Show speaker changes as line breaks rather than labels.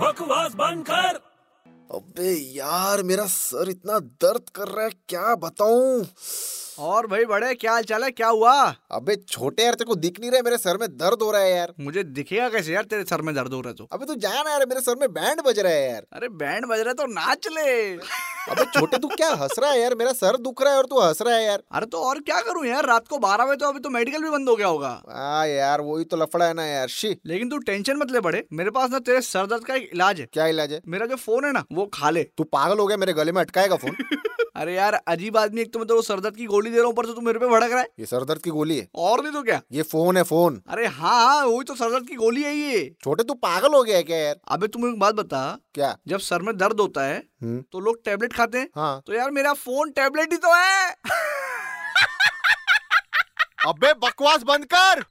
बकवास बंद कर
अबे यार मेरा सर इतना दर्द कर रहा है क्या बताऊं
और भाई बड़े क्या हाल चाल है क्या हुआ
अबे छोटे यार तेरे को दिख नहीं रहा है, मेरे सर में दर्द हो रहा है यार
मुझे दिखेगा कैसे यार तेरे सर में दर्द हो रहा है तो
अबे तू जा ना यार मेरे सर में बैंड बज रहा है यार
अरे बैंड बज रहा है तो नाच ले
अबे छोटे तू क्या हंस रहा है यार मेरा सर दुख रहा है और तू हंस रहा है यार
अरे तो और क्या करूं यार रात को बारह बजे तो अभी तो मेडिकल भी बंद हो गया होगा
हाँ यार वही तो लफड़ा है ना यार शी
लेकिन तू टेंशन मत ले बड़े मेरे पास ना तेरे सर दर्द का एक इलाज है
क्या इलाज है
मेरा जो फोन है ना वो खा ले
तू पागल हो गया मेरे गले में अटकाएगा फोन
अरे यार अजीब आदमी एक तो मैं तेरे को सर दर्द की गोली दे रहा हूँ ऊपर से तू मेरे पे भड़क रहा है
ये सर दर्द की गोली है
और नहीं तो क्या
ये फोन है फोन
अरे हाँ हाँ वही तो सर दर्द की गोली है ये
छोटे तू पागल हो गया है क्या यार
अबे तुम एक बात बता
क्या
जब सर में दर्द होता है
हम्म
तो लोग टेबलेट खाते हैं
हाँ
तो यार मेरा फोन टेबलेट ही तो है
अबे बकवास बंद कर